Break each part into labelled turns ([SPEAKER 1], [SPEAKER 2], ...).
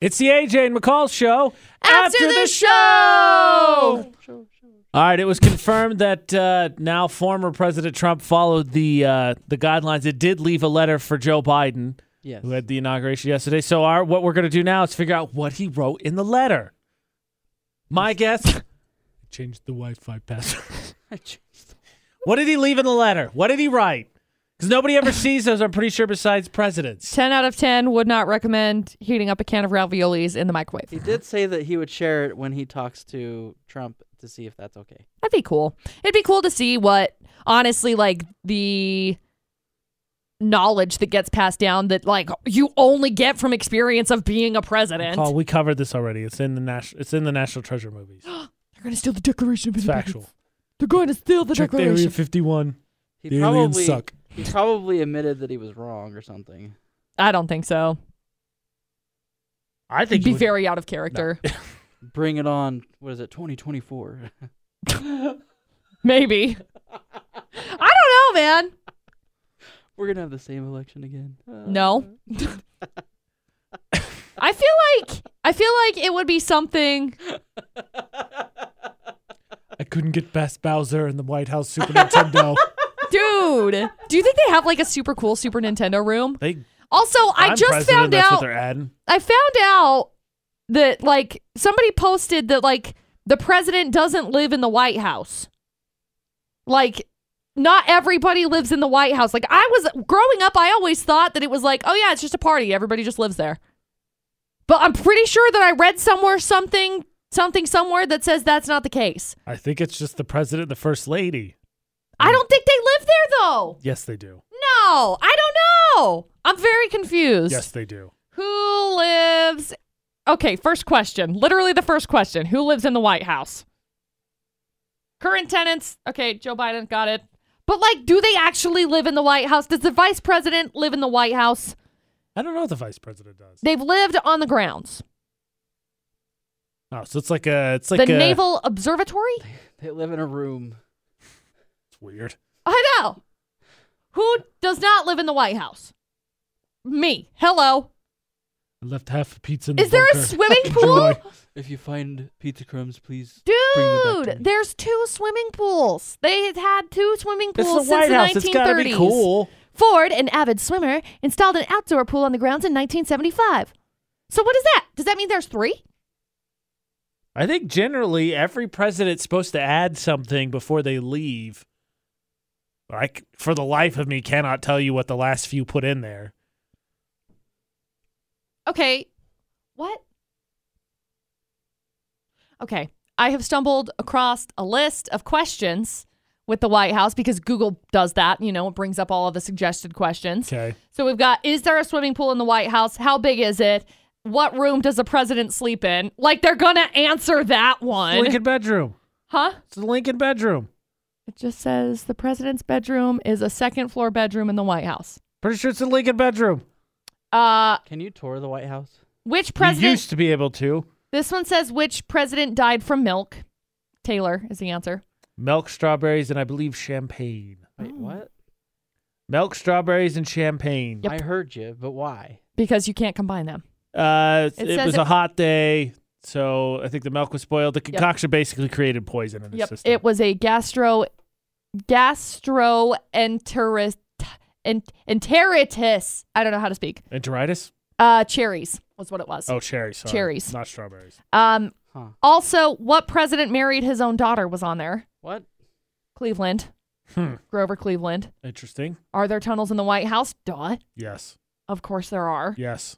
[SPEAKER 1] It's the AJ and McCall show
[SPEAKER 2] After the show!
[SPEAKER 1] All right, it was confirmed that uh, now former President Trump followed the uh, the guidelines. It did leave a letter for Joe Biden,
[SPEAKER 2] Yes.
[SPEAKER 1] who had the inauguration yesterday. So our what we're going to do now is figure out what he wrote in the letter. My guess, changed the Wi-Fi password. what did he leave in the letter? What did he write? Because nobody ever sees those. I'm pretty sure besides presidents.
[SPEAKER 3] 10 out of 10 would not recommend heating up a can of raviolis in the microwave.
[SPEAKER 2] He did say that he would share it when he talks to Trump to see if that's okay.
[SPEAKER 3] That'd be cool. It'd be cool to see what, honestly, like the knowledge that gets passed down that, like, you only get from experience of being a president.
[SPEAKER 1] Oh, we covered this already. It's in the national. It's in the National Treasure movies.
[SPEAKER 3] They're going to steal the Declaration of
[SPEAKER 1] It's
[SPEAKER 3] Independence.
[SPEAKER 1] factual.
[SPEAKER 3] They're going to steal the
[SPEAKER 1] Check the
[SPEAKER 3] Declaration.
[SPEAKER 1] Area 51.
[SPEAKER 2] He
[SPEAKER 1] The aliens
[SPEAKER 2] probably
[SPEAKER 1] suck.
[SPEAKER 2] he probably admitted that he was wrong or something.
[SPEAKER 3] I don't think so.
[SPEAKER 1] I
[SPEAKER 3] It'd
[SPEAKER 1] you
[SPEAKER 3] be
[SPEAKER 1] would-
[SPEAKER 3] very out of character.
[SPEAKER 2] Bring it on. What is it? 2024.
[SPEAKER 3] Maybe. I don't know, man.
[SPEAKER 2] We're gonna have the same election again. Uh,
[SPEAKER 3] No. I feel like I feel like it would be something
[SPEAKER 1] I couldn't get past Bowser and the White House Super Nintendo.
[SPEAKER 3] Dude, do you think they have like a super cool Super Nintendo room?
[SPEAKER 1] They,
[SPEAKER 3] Also, I
[SPEAKER 1] I'm
[SPEAKER 3] just
[SPEAKER 1] president,
[SPEAKER 3] found
[SPEAKER 1] that's What
[SPEAKER 3] out
[SPEAKER 1] they're adding.
[SPEAKER 3] I found out that like somebody posted that like the president doesn't live in the White House. Like not everybody lives in the White House. Like I was growing up, I always thought that it was like, oh yeah, it's just a party. Everybody just lives there. But I'm pretty sure that I read somewhere something something somewhere that says that's not the case.
[SPEAKER 1] I think it's just the president, and the first lady. Hmm.
[SPEAKER 3] I don't think they live there though.
[SPEAKER 1] Yes, they do.
[SPEAKER 3] No, I don't know. I'm very confused.
[SPEAKER 1] Yes, they do.
[SPEAKER 3] Who lives? Okay, first question. Literally the first question. Who lives in the White House? Current tenants. Okay, Joe Biden got it. But like, do they actually live in the White House? Does the vice president live in the White House?
[SPEAKER 1] I don't know what the vice president does.
[SPEAKER 3] They've lived on the grounds.
[SPEAKER 1] Oh, so it's like a, it's like
[SPEAKER 3] the
[SPEAKER 1] a,
[SPEAKER 3] Naval Observatory?
[SPEAKER 2] They live in a room.
[SPEAKER 1] It's weird.
[SPEAKER 3] I know. Who does not live in the White House? Me. Hello.
[SPEAKER 1] I left half a pizza in the
[SPEAKER 3] Is there a
[SPEAKER 1] bunker.
[SPEAKER 3] swimming
[SPEAKER 1] Enjoy.
[SPEAKER 3] pool?
[SPEAKER 2] If you find pizza crumbs, please bring them back to
[SPEAKER 3] Dude,
[SPEAKER 2] me.
[SPEAKER 3] there's two swimming pools. They had had two swimming
[SPEAKER 1] It's
[SPEAKER 3] pools
[SPEAKER 1] the
[SPEAKER 3] since
[SPEAKER 1] White
[SPEAKER 3] the
[SPEAKER 1] House.
[SPEAKER 3] 1930s.
[SPEAKER 1] It's gotta be cool.
[SPEAKER 3] Ford, an avid swimmer, installed an outdoor pool on the grounds in 1975. So what is that? Does that mean there's three?
[SPEAKER 1] I think generally every president's supposed to add something before they leave. I c- for the life of me cannot tell you what the last few put in there.
[SPEAKER 3] Okay. What? Okay. I have stumbled across a list of questions with the White House because Google does that. You know, it brings up all of the suggested questions.
[SPEAKER 1] Okay.
[SPEAKER 3] So we've got is there a swimming pool in the White House? How big is it? What room does the president sleep in? Like they're gonna answer that one.
[SPEAKER 1] Lincoln bedroom.
[SPEAKER 3] Huh?
[SPEAKER 1] It's the Lincoln bedroom.
[SPEAKER 3] It just says the president's bedroom is a second floor bedroom in the White House.
[SPEAKER 1] Pretty sure it's the Lincoln bedroom.
[SPEAKER 3] Uh
[SPEAKER 2] Can you tour the White House?
[SPEAKER 3] which
[SPEAKER 1] You
[SPEAKER 3] president
[SPEAKER 1] used to be able to.
[SPEAKER 3] this one says which president died from milk? Taylor is the answer.
[SPEAKER 1] Milk, strawberries, and I believe champagne.
[SPEAKER 3] Oh.
[SPEAKER 2] Wait, what?
[SPEAKER 1] Milk, strawberries, and champagne.
[SPEAKER 3] Yep.
[SPEAKER 2] I heard you, but why?
[SPEAKER 3] Because you can't combine them.
[SPEAKER 1] Uh, it,
[SPEAKER 3] It says
[SPEAKER 1] was
[SPEAKER 3] it-
[SPEAKER 1] a hot day, so I think the milk was spoiled. The concoction basically created poison in the
[SPEAKER 3] Yep.
[SPEAKER 1] system.
[SPEAKER 3] It was a gastro gastroenteritis ent- enteritis. I don't know how to speak.
[SPEAKER 1] Enteritis?
[SPEAKER 3] Uh cherries was what it was.
[SPEAKER 1] Oh, cherries. Sorry.
[SPEAKER 3] Cherries.
[SPEAKER 1] Not strawberries.
[SPEAKER 3] Um,
[SPEAKER 2] Huh?
[SPEAKER 3] also, what president married his own daughter was on there?
[SPEAKER 2] What?
[SPEAKER 3] Cleveland.
[SPEAKER 1] Hmm.
[SPEAKER 3] Grover Cleveland.
[SPEAKER 1] Interesting.
[SPEAKER 3] Are there tunnels in the White House? Duh.
[SPEAKER 1] Yes.
[SPEAKER 3] Of course there are.
[SPEAKER 1] Yes.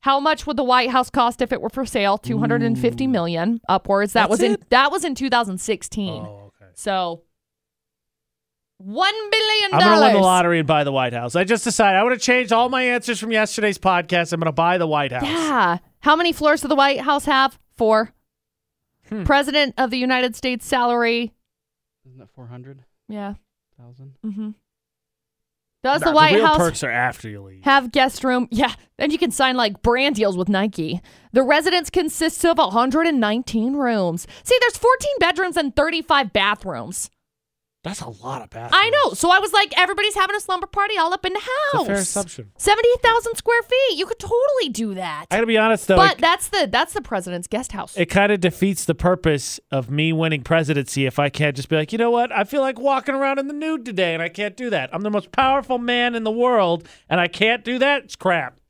[SPEAKER 3] How much would the White House cost if it were for sale? Two hundred and fifty
[SPEAKER 1] Ooh.
[SPEAKER 3] million upwards. That
[SPEAKER 1] That's
[SPEAKER 3] was in
[SPEAKER 1] it?
[SPEAKER 3] that was in 2016.
[SPEAKER 1] Oh, okay.
[SPEAKER 3] So 1 billion
[SPEAKER 1] I'm gonna win the
[SPEAKER 3] dollars.
[SPEAKER 1] lottery and buy the White House. I just decided I want to change all my answers from yesterday's podcast. I'm gonna buy the White House.
[SPEAKER 3] Yeah. How many floors does the White House have? 4.
[SPEAKER 1] Hmm.
[SPEAKER 3] President of the United States salary.
[SPEAKER 2] Isn't that four hundred
[SPEAKER 3] Yeah.
[SPEAKER 2] thousand?
[SPEAKER 3] Mhm. Does
[SPEAKER 1] Nah,
[SPEAKER 3] the White
[SPEAKER 1] real
[SPEAKER 3] House
[SPEAKER 1] perks are after you leave.
[SPEAKER 3] have guest room. Yeah, then you can sign like brand deals with Nike. The residence consists of 119 rooms. See, there's 14 bedrooms and 35 bathrooms.
[SPEAKER 1] That's a lot of bathrooms.
[SPEAKER 3] I know. So I was like, everybody's having a slumber party all up in the
[SPEAKER 1] It's a fair
[SPEAKER 3] house.
[SPEAKER 1] assumption.
[SPEAKER 3] Seventy thousand square feet. You could totally do that.
[SPEAKER 1] I gotta be honest though.
[SPEAKER 3] but
[SPEAKER 1] it-
[SPEAKER 3] that's the that's the president's guest house.
[SPEAKER 1] it kind of defeats the purpose of me winning presidency if I can't just be like, you know what? I feel like walking around in the nude today and I can't do that. I'm the most powerful man in the world and I can't do that. It's crap.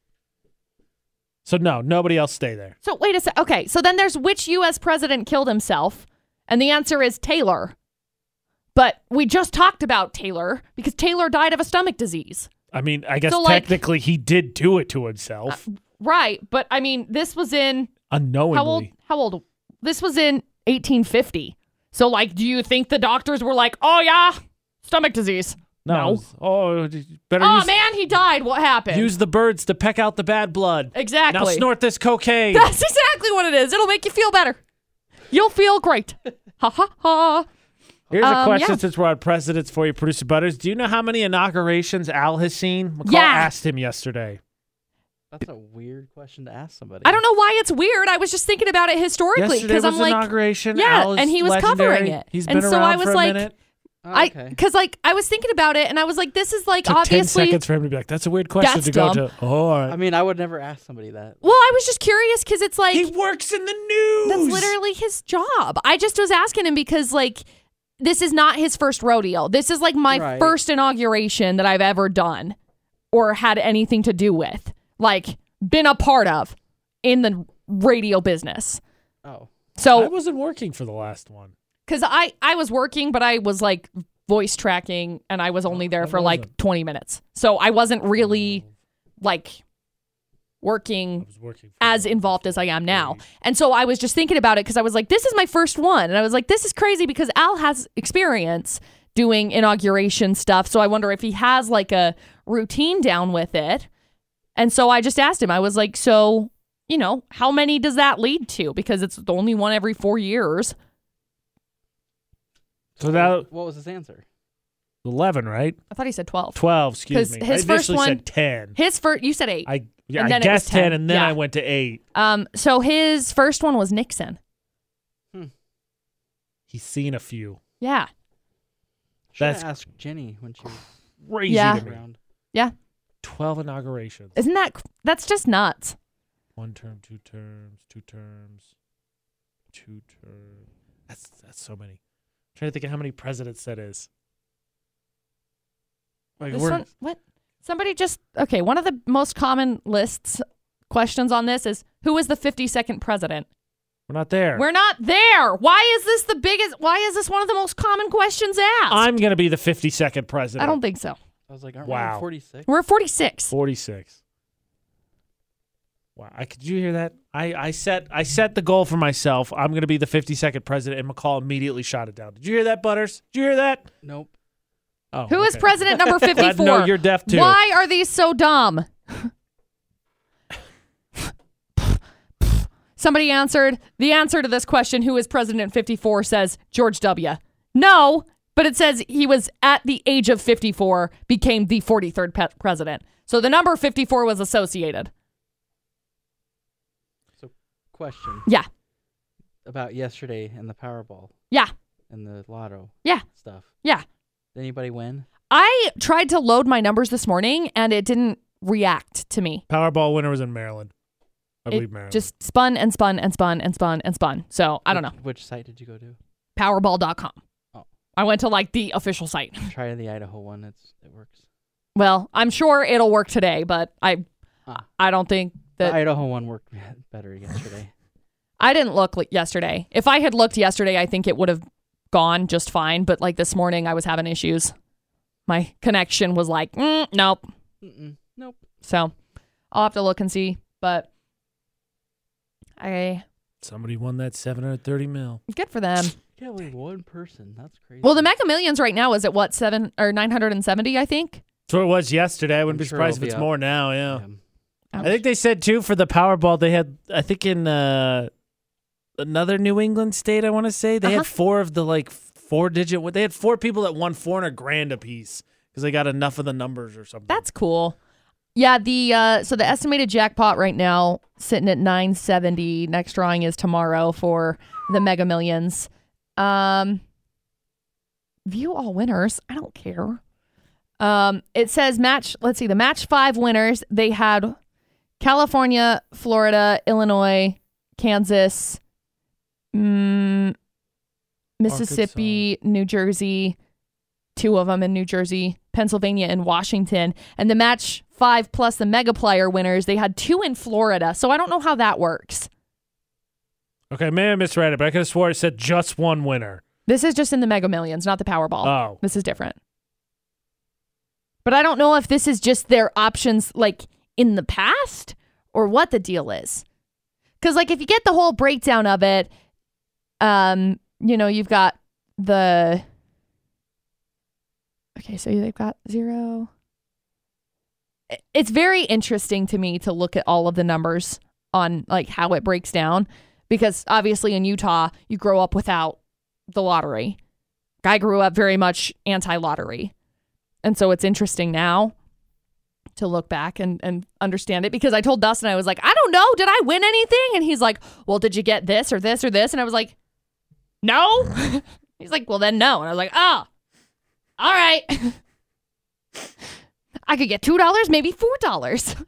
[SPEAKER 1] So, no, nobody else stay there.
[SPEAKER 3] so wait a sec. Okay, so then there's which U.S. president killed himself, and the answer is Taylor. But we just talked about Taylor because Taylor died of a stomach disease.
[SPEAKER 1] I mean, I guess
[SPEAKER 3] So, like-
[SPEAKER 1] technically he did do it to himself
[SPEAKER 3] Right, but I mean, this was in
[SPEAKER 1] unknowingly.
[SPEAKER 3] how old? How old? This was in 1850. So, like, do you think the doctors were like, "Oh yeah, stomach disease"?
[SPEAKER 1] no.
[SPEAKER 3] No.
[SPEAKER 1] Oh, better
[SPEAKER 3] Oh
[SPEAKER 1] use,
[SPEAKER 3] man, he died. What happened?
[SPEAKER 1] use the birds to peck out the bad blood.
[SPEAKER 3] exactly.
[SPEAKER 1] Now snort this cocaine.
[SPEAKER 3] That's exactly what it is. It'll make you feel better. You'll feel great. ha ha ha.
[SPEAKER 1] Here's a
[SPEAKER 3] Um,
[SPEAKER 1] question
[SPEAKER 3] yeah.
[SPEAKER 1] since we're on presidents for you, producer Butters. Do you know how many inaugurations Al has seen? McCall
[SPEAKER 3] Yeah.
[SPEAKER 1] asked him yesterday.
[SPEAKER 2] That's a weird question to ask somebody.
[SPEAKER 3] I don't know why it's weird. I was just thinking about it historically
[SPEAKER 1] Yesterday
[SPEAKER 3] because
[SPEAKER 1] was
[SPEAKER 3] I'm like,
[SPEAKER 1] inauguration.
[SPEAKER 3] yeah,
[SPEAKER 1] Al is
[SPEAKER 3] and he was
[SPEAKER 1] legendary.
[SPEAKER 3] covering it.
[SPEAKER 1] He's been
[SPEAKER 3] And so
[SPEAKER 1] around
[SPEAKER 3] I was
[SPEAKER 1] for a
[SPEAKER 3] like,
[SPEAKER 1] minute.
[SPEAKER 2] Oh,
[SPEAKER 3] I
[SPEAKER 2] okay.
[SPEAKER 3] because like I was thinking about it and I was like, this is like
[SPEAKER 1] Took ten
[SPEAKER 3] obviously.
[SPEAKER 1] seconds for him to be like, "That's a weird question
[SPEAKER 3] That's
[SPEAKER 1] to go
[SPEAKER 3] dumb.
[SPEAKER 1] to." Oh, all right.
[SPEAKER 2] I mean, I would never ask somebody that.
[SPEAKER 3] Well, I was just curious because it's like
[SPEAKER 1] he works in the news.
[SPEAKER 3] that's literally his job. I just was asking him because like this is not his first rodeo. This is like my
[SPEAKER 2] Right.
[SPEAKER 3] first inauguration that I've ever done or had anything to do with, like been a part of in the radio business.
[SPEAKER 2] Oh,
[SPEAKER 1] I
[SPEAKER 3] So
[SPEAKER 1] wasn't working for the last one.
[SPEAKER 3] because I I was working, but I was like voice tracking, and I was only there
[SPEAKER 1] that Oh.
[SPEAKER 3] for like
[SPEAKER 1] wasn't-
[SPEAKER 3] 20 minutes, so I wasn't really like
[SPEAKER 1] I
[SPEAKER 3] working
[SPEAKER 1] was working for
[SPEAKER 3] as involved as I am now. And so I was just thinking about it because I was like, this is my first one. And I was like, this is crazy because Al has experience doing inauguration stuff. So I wonder if he has like a routine down with it. And so I just asked him, I was like, so, you know, how many does that lead to? Because it's the only one every four years.
[SPEAKER 1] So that
[SPEAKER 2] what was his answer?
[SPEAKER 1] eleven, right?
[SPEAKER 3] I thought he said 12.
[SPEAKER 1] Twelve.
[SPEAKER 3] 'Cause
[SPEAKER 1] Excuse me.
[SPEAKER 3] his
[SPEAKER 1] I
[SPEAKER 3] first
[SPEAKER 1] initially
[SPEAKER 3] one-
[SPEAKER 1] said ten.
[SPEAKER 3] His first, you said eight.
[SPEAKER 1] I yeah,
[SPEAKER 3] and
[SPEAKER 1] I
[SPEAKER 3] then it was
[SPEAKER 1] guessed 10,
[SPEAKER 3] 10,
[SPEAKER 1] and then
[SPEAKER 3] yeah.
[SPEAKER 1] I went to eight.
[SPEAKER 3] Um, so his first one was Nixon.
[SPEAKER 1] He's seen a few.
[SPEAKER 3] Yeah.
[SPEAKER 2] Should
[SPEAKER 1] That's-
[SPEAKER 2] have asked Jenny when she was
[SPEAKER 1] Crazy
[SPEAKER 3] Yeah.
[SPEAKER 1] to me.
[SPEAKER 2] around.
[SPEAKER 1] Twelve inaugurations.
[SPEAKER 3] Isn't that, that's just nuts.
[SPEAKER 1] One term, two terms, two terms, two terms. That's that's so many. I'm trying to think of how many presidents that is. Like
[SPEAKER 3] This
[SPEAKER 1] we're
[SPEAKER 3] one, what? Somebody just okay. One of the most common lists questions on this is who is the 52nd president?
[SPEAKER 1] we're not there.
[SPEAKER 3] We're not there. Why is this the biggest? Why is this one of the most common questions asked?
[SPEAKER 1] I'm gonna be the 52nd
[SPEAKER 3] I
[SPEAKER 1] president.
[SPEAKER 3] don't think so.
[SPEAKER 2] I was like, aren't
[SPEAKER 1] Wow.
[SPEAKER 2] forty six?
[SPEAKER 3] We're 46.
[SPEAKER 1] 46. Wow! I, could you hear that? I, I set I set the goal for myself. I'm gonna be the 52nd president, and McCall immediately shot it down. Did you hear that, Butters? Did you hear that?
[SPEAKER 2] Nope.
[SPEAKER 1] Oh,
[SPEAKER 3] Who is
[SPEAKER 1] okay.
[SPEAKER 3] president number
[SPEAKER 1] Glad
[SPEAKER 3] 54?
[SPEAKER 1] to know you're deaf too.
[SPEAKER 3] Why are these so dumb? Somebody answered the answer to this question who is president 54 says George W. No, but it says he was at the age of 54 became the 43rd pe- president. So the number 54 was associated.
[SPEAKER 2] Question
[SPEAKER 3] Yeah.
[SPEAKER 2] about yesterday and the Powerball
[SPEAKER 3] Yeah.
[SPEAKER 2] and the Lotto.
[SPEAKER 3] Yeah.
[SPEAKER 2] Stuff.
[SPEAKER 3] Yeah.
[SPEAKER 2] Did anybody win?
[SPEAKER 3] I tried to load my numbers this morning and it didn't react to me.
[SPEAKER 1] Powerball winner was in Maryland. I believe
[SPEAKER 3] It
[SPEAKER 1] Maryland.
[SPEAKER 3] just spun and spun and spun and spun and spun. So I don't know.
[SPEAKER 2] Which- Which site did you go to?
[SPEAKER 3] powerball.com.
[SPEAKER 2] Oh.
[SPEAKER 3] I went to like the official site.
[SPEAKER 2] Try the Idaho one. It's it works.
[SPEAKER 3] Well, I'm sure it'll work today, but I
[SPEAKER 2] Ah.
[SPEAKER 3] I don't think
[SPEAKER 2] The,
[SPEAKER 3] that
[SPEAKER 2] Idaho one worked better yesterday.
[SPEAKER 3] I didn't look li- yesterday. If I had looked yesterday, I think it would have gone just fine, but like this morning I was having issues. My connection was like, mm, nope.
[SPEAKER 2] Mm-mm. Nope.
[SPEAKER 3] So I'll have to look and see, but I
[SPEAKER 1] Somebody won that 730 mil.
[SPEAKER 3] good for them.
[SPEAKER 2] Yeah, only one person. That's crazy.
[SPEAKER 3] Well, the Mega Millions right now is at what 7 or 970, I think.
[SPEAKER 1] That's what it was yesterday. I wouldn't be
[SPEAKER 2] I'm sure
[SPEAKER 1] surprised if
[SPEAKER 2] it'll be
[SPEAKER 1] it's
[SPEAKER 2] up.
[SPEAKER 1] more now. Yeah.
[SPEAKER 2] Yeah.
[SPEAKER 1] I think they said too for the Powerball they had I think in uh another New England state I want to say they
[SPEAKER 3] Uh-huh.
[SPEAKER 1] had four of the like four digit they had four people that won 400 grand apiece because they got enough of the numbers or something.
[SPEAKER 3] That's cool. Yeah, the uh so the estimated jackpot right now sitting at 970. Next drawing is tomorrow for the Mega Millions. Um view all winners. I don't care. Um, it says match. Let's see the match five winners. They had California, Florida, Illinois, Kansas, mm, Mississippi, New Jersey. Two of them in New Jersey, Pennsylvania, and Washington. And the match five plus the mega player winners. They had two in Florida. So I don't know how that works.
[SPEAKER 1] Okay, maybe I misread it, but I could have swore it said just one winner.
[SPEAKER 3] This is just in the Mega Millions, not the Powerball.
[SPEAKER 1] Oh.
[SPEAKER 3] This is different. But I don't know if this is just their options like in the past or what the deal is. Cuz like if you get the whole breakdown of it um you know, you've got the Okay, so they've got 0 I- It's very interesting to me to look at all of the numbers on like how it breaks down because obviously in Utah you grow up without the lottery. I grew up very much anti lottery. And so it's interesting now to look back and, and understand it because I told Dustin, I was like, I don't know. Did I win anything? And he's like, Well, did you get this or this or this? And I was like, No. he's like, Well, then no. And I was like, Oh, all right. I could get $2, maybe $4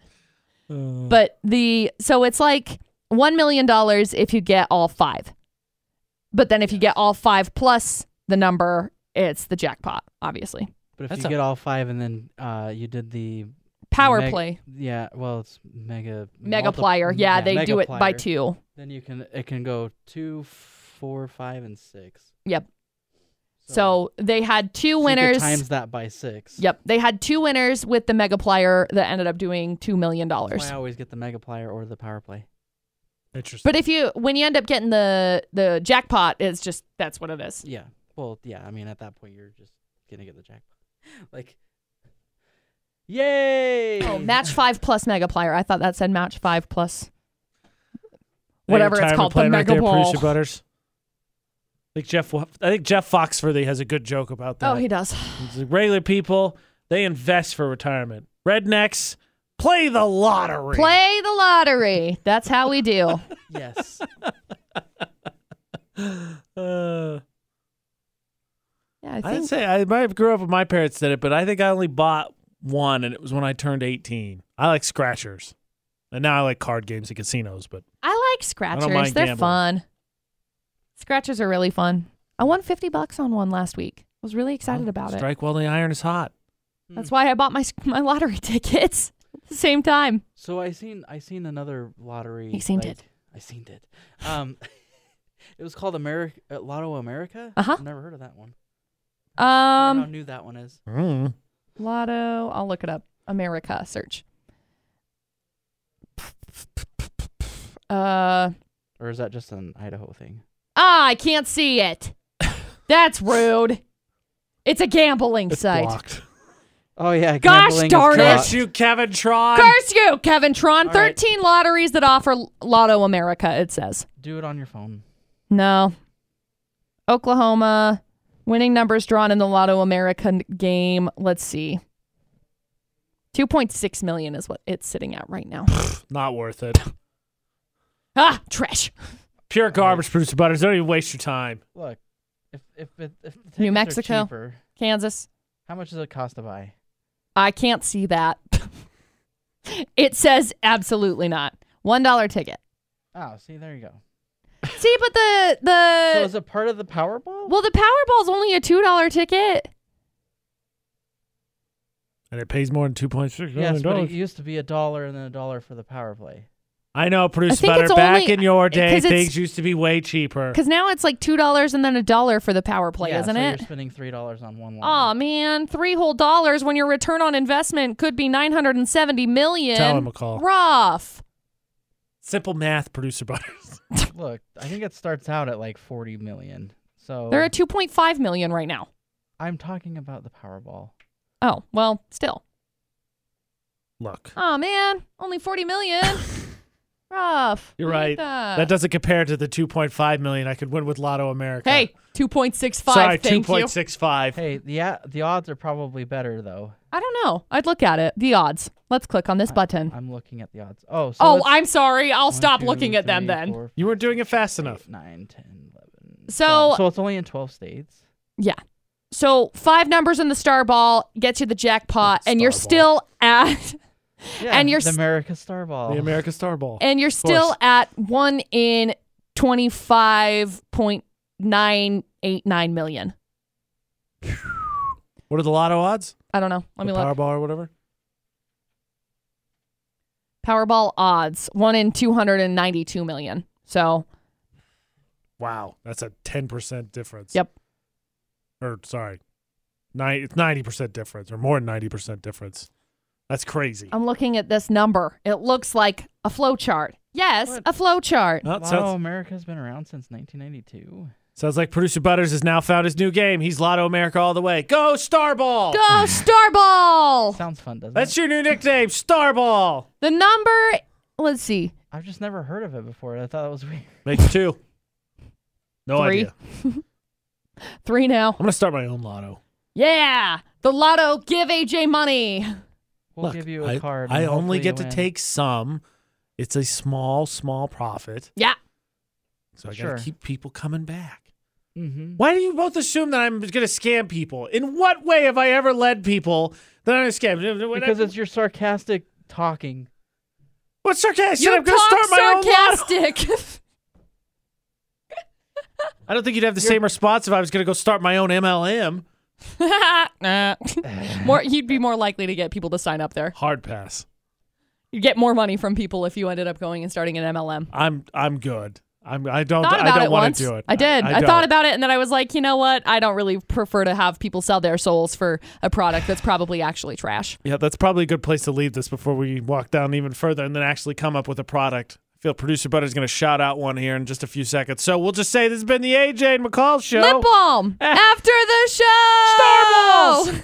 [SPEAKER 3] but the so it's like one million dollars if you get all five but then if you get all five plus the number it's the jackpot obviously
[SPEAKER 2] But if
[SPEAKER 1] That's
[SPEAKER 2] you
[SPEAKER 1] a-
[SPEAKER 2] get all five and then uh, you did the
[SPEAKER 3] power
[SPEAKER 2] meg-
[SPEAKER 3] play
[SPEAKER 2] Yeah, well, it's mega
[SPEAKER 3] mega
[SPEAKER 2] multi-
[SPEAKER 3] plier yeah, they do it by
[SPEAKER 2] megaplier.
[SPEAKER 3] two
[SPEAKER 2] Then you can it can go two, four, five, and six.
[SPEAKER 3] Yep. so they had two
[SPEAKER 2] so you could
[SPEAKER 3] winners
[SPEAKER 2] times that by six.
[SPEAKER 3] yep they had two winners with the mega plier that ended up doing two million
[SPEAKER 2] That's
[SPEAKER 3] dollars
[SPEAKER 2] why I always get the mega plier or the power play.
[SPEAKER 1] Interesting.
[SPEAKER 3] but if you when you end up getting the the jackpot it's just that's what it is
[SPEAKER 2] Yeah. Well, yeah. I mean, at that point, you're just gonna get the jackpot. Like, yay!
[SPEAKER 3] oh match five plus mega plier i thought that said match five plus whatever it's called, the
[SPEAKER 1] right there,
[SPEAKER 3] Mega
[SPEAKER 1] Producer
[SPEAKER 3] Bowl.
[SPEAKER 1] Butters. I think Jeff. Wa- I think Jeff Foxworthy has a good joke about that.
[SPEAKER 3] oh he does
[SPEAKER 1] It's like regular people they invest for retirement. Rednecks play the lottery.
[SPEAKER 3] Play the lottery. That's how we do.
[SPEAKER 2] Yes.
[SPEAKER 1] Uh,
[SPEAKER 3] Yeah, I
[SPEAKER 1] I didn't
[SPEAKER 3] think
[SPEAKER 1] say I might have grew up with my parents did it, but I think I only bought one, and it was when I turned eighteen. I like scratchers, and now I like card games and casinos. But
[SPEAKER 3] I like
[SPEAKER 1] I don't
[SPEAKER 3] scratchers.
[SPEAKER 1] mind
[SPEAKER 3] They're
[SPEAKER 1] gambling.
[SPEAKER 3] fun. Scratchers are really fun. I won 50 bucks on one last week. Was really excited
[SPEAKER 1] Well,
[SPEAKER 3] about it.
[SPEAKER 1] Oh, Strike while the iron is hot.
[SPEAKER 3] That's why I bought my my lottery tickets at the same time.
[SPEAKER 2] So I seen I seen another lottery.
[SPEAKER 3] You seen it.
[SPEAKER 2] I seen it. Um, it was called America uh, Lotto America.
[SPEAKER 3] Uh-huh.
[SPEAKER 2] Never heard of that one. I wonder how
[SPEAKER 3] Um
[SPEAKER 2] new that one is.
[SPEAKER 1] Mm.
[SPEAKER 3] Lotto, I'll look it up. America search. Uh
[SPEAKER 2] Or is that just an Idaho thing?
[SPEAKER 3] ah, I can't see it. That's rude. It's a gambling
[SPEAKER 1] It's
[SPEAKER 3] site.
[SPEAKER 1] blocked.
[SPEAKER 2] Oh yeah.
[SPEAKER 3] Gosh
[SPEAKER 2] gambling is
[SPEAKER 3] darn it.
[SPEAKER 1] Curse
[SPEAKER 2] blocked.
[SPEAKER 1] you, Kevin Tron.
[SPEAKER 3] Curse you, Kevin Tron.
[SPEAKER 2] All right.
[SPEAKER 3] 13 lotteries that offer Lotto America, it says.
[SPEAKER 2] Do it on your phone.
[SPEAKER 3] No. Oklahoma, winning numbers drawn in the Lotto America n- game. Let's see. 2.6 million is what it's sitting at right now.
[SPEAKER 1] Not worth it.
[SPEAKER 3] ah, trash.
[SPEAKER 1] Pure garbage, producer butters. Don't even waste your time.
[SPEAKER 2] Look, if if it, if the tickets
[SPEAKER 3] New
[SPEAKER 2] are
[SPEAKER 3] Mexico.
[SPEAKER 2] cheaper,
[SPEAKER 3] Kansas.
[SPEAKER 2] how much does it cost to buy?
[SPEAKER 3] I can't see that. it says absolutely not. $1 ticket.
[SPEAKER 2] Oh, see, there you go.
[SPEAKER 3] See, but the
[SPEAKER 2] So
[SPEAKER 3] the
[SPEAKER 2] is it part of the Powerball?
[SPEAKER 3] Uh, well, the Powerball's only a $2 ticket.
[SPEAKER 1] And it pays more than two point six million
[SPEAKER 2] yes, but
[SPEAKER 1] dollars.
[SPEAKER 2] it used to be a dollar and then a dollar for the Power Play.
[SPEAKER 1] I know,
[SPEAKER 3] I
[SPEAKER 1] producer
[SPEAKER 3] think
[SPEAKER 1] butter.
[SPEAKER 3] it's
[SPEAKER 1] Back
[SPEAKER 3] only-
[SPEAKER 1] in your day,
[SPEAKER 3] 'cause it's-
[SPEAKER 1] things used to be way cheaper.
[SPEAKER 3] Because now it's like two dollars and then a dollar for the power play,
[SPEAKER 2] yeah,
[SPEAKER 3] isn't
[SPEAKER 2] so
[SPEAKER 3] it?
[SPEAKER 2] You're spending three dollars on one
[SPEAKER 3] Oh
[SPEAKER 2] line.
[SPEAKER 3] man, three whole dollars when your return on investment could be nine hundred and seventy million.
[SPEAKER 1] Tell him, McCall.
[SPEAKER 3] Rough.
[SPEAKER 1] Simple math, producer butters.
[SPEAKER 2] Look, I think it starts out at like forty million.
[SPEAKER 1] Oh.
[SPEAKER 2] So
[SPEAKER 3] They're at two point five million right now.
[SPEAKER 2] I'm talking about the Powerball.
[SPEAKER 3] Oh well, still.
[SPEAKER 1] Look,
[SPEAKER 3] Oh man, only forty million. Rough.
[SPEAKER 1] You're
[SPEAKER 3] Look at
[SPEAKER 1] right.
[SPEAKER 3] That.
[SPEAKER 1] that doesn't compare to the two point five million I could win with Lotto America.
[SPEAKER 3] hey, two point six five.
[SPEAKER 1] sorry, two
[SPEAKER 3] thank you.
[SPEAKER 1] point six five.
[SPEAKER 2] Hey, the a- the odds are probably better though.
[SPEAKER 3] I don't know. I'd look at it. The odds. Let's click on this button.
[SPEAKER 2] I'm looking at the odds. Oh, so
[SPEAKER 3] oh,
[SPEAKER 2] it's
[SPEAKER 3] I'm sorry. I'll
[SPEAKER 2] one,
[SPEAKER 3] stop
[SPEAKER 2] two,
[SPEAKER 3] looking at them
[SPEAKER 2] three,
[SPEAKER 3] then.
[SPEAKER 2] four,
[SPEAKER 1] You weren't doing it fast
[SPEAKER 2] five,
[SPEAKER 1] enough.
[SPEAKER 2] Nine, ten, eleven.
[SPEAKER 3] So-
[SPEAKER 2] twelve. so it's only in twelve states.
[SPEAKER 3] Yeah. So five numbers in the star ball gets you the jackpot, and you're
[SPEAKER 1] Star ball.
[SPEAKER 3] still at
[SPEAKER 2] Yeah,
[SPEAKER 3] And you're
[SPEAKER 2] the
[SPEAKER 3] s-
[SPEAKER 2] America Starball.
[SPEAKER 1] The America Star Ball.
[SPEAKER 3] Oh. and you're still
[SPEAKER 2] course.
[SPEAKER 3] at one in twenty five point nine eight nine million.
[SPEAKER 1] What are the lotto odds?
[SPEAKER 3] I don't know. Let me
[SPEAKER 1] the
[SPEAKER 3] look.
[SPEAKER 1] Powerball or whatever?
[SPEAKER 3] Powerball odds one in two hundred and ninety two million. So
[SPEAKER 1] Wow. That's a 10% difference.
[SPEAKER 3] Yep.
[SPEAKER 1] Or, sorry, nine, it's 90% difference or more than 90% difference. That's crazy.
[SPEAKER 3] I'm looking at this number. It looks like a flow chart. Yes,
[SPEAKER 2] What?
[SPEAKER 3] a flow chart.
[SPEAKER 1] Well, it
[SPEAKER 2] Lotto
[SPEAKER 1] sounds,
[SPEAKER 2] America's been around since 1992.
[SPEAKER 1] sounds like producer Butters has now found his new game. He's Lotto America all the way. Go Starball!
[SPEAKER 3] Go Starball.
[SPEAKER 2] Sounds fun, doesn't
[SPEAKER 1] That's
[SPEAKER 2] it?
[SPEAKER 1] your new nickname, Starball.
[SPEAKER 3] The number. Let's see.
[SPEAKER 2] I've just never heard of it before. I thought that was weird.
[SPEAKER 1] Makes two. No
[SPEAKER 3] Three.
[SPEAKER 1] idea.
[SPEAKER 3] Three now.
[SPEAKER 1] I'm gonna start my own lotto.
[SPEAKER 3] Yeah. The lotto give AJ money.
[SPEAKER 2] We'll
[SPEAKER 1] Look,
[SPEAKER 2] give you a
[SPEAKER 1] I-
[SPEAKER 2] card.
[SPEAKER 1] I
[SPEAKER 2] and hopefully
[SPEAKER 1] only
[SPEAKER 2] you
[SPEAKER 1] get to
[SPEAKER 2] win.
[SPEAKER 1] take some. It's a small, small profit.
[SPEAKER 3] Yeah.
[SPEAKER 1] So I
[SPEAKER 2] Sure.
[SPEAKER 1] gotta keep people coming back.
[SPEAKER 2] Mhm.
[SPEAKER 1] Why do you both assume that I'm gonna scam people? In what way have I ever led people that I'm gonna scam? When I-
[SPEAKER 2] Because it's your sarcastic talking.
[SPEAKER 1] what's sarcastic?
[SPEAKER 3] You
[SPEAKER 1] I'm gonna
[SPEAKER 3] talk
[SPEAKER 1] start my own lotto.
[SPEAKER 3] sarcastic.
[SPEAKER 1] I don't think you'd have the same response if I was gonna go start my own MLM.
[SPEAKER 3] Nah. more, you'd be more likely to get people to sign up there.
[SPEAKER 1] Hard pass.
[SPEAKER 3] You get more money from people if you ended up going and starting an MLM.
[SPEAKER 1] I'm I'm good. I'm I don't
[SPEAKER 3] Thought
[SPEAKER 1] I
[SPEAKER 3] about
[SPEAKER 1] don't
[SPEAKER 3] it
[SPEAKER 1] want
[SPEAKER 3] once.
[SPEAKER 1] to do it.
[SPEAKER 3] I did. I,
[SPEAKER 1] don't.
[SPEAKER 3] thought about it, and then I was like, you know what? I don't really prefer to have people sell their souls for a product that's probably actually trash.
[SPEAKER 1] Yeah, that's probably a good place to leave this before we walk down even further and then actually come up with a product. I feel producer Butter's going to shout out one here in just a few seconds. So we'll just say this has been the AJ and McCall show.
[SPEAKER 3] Lip balm after the show.
[SPEAKER 1] eh. Starballs!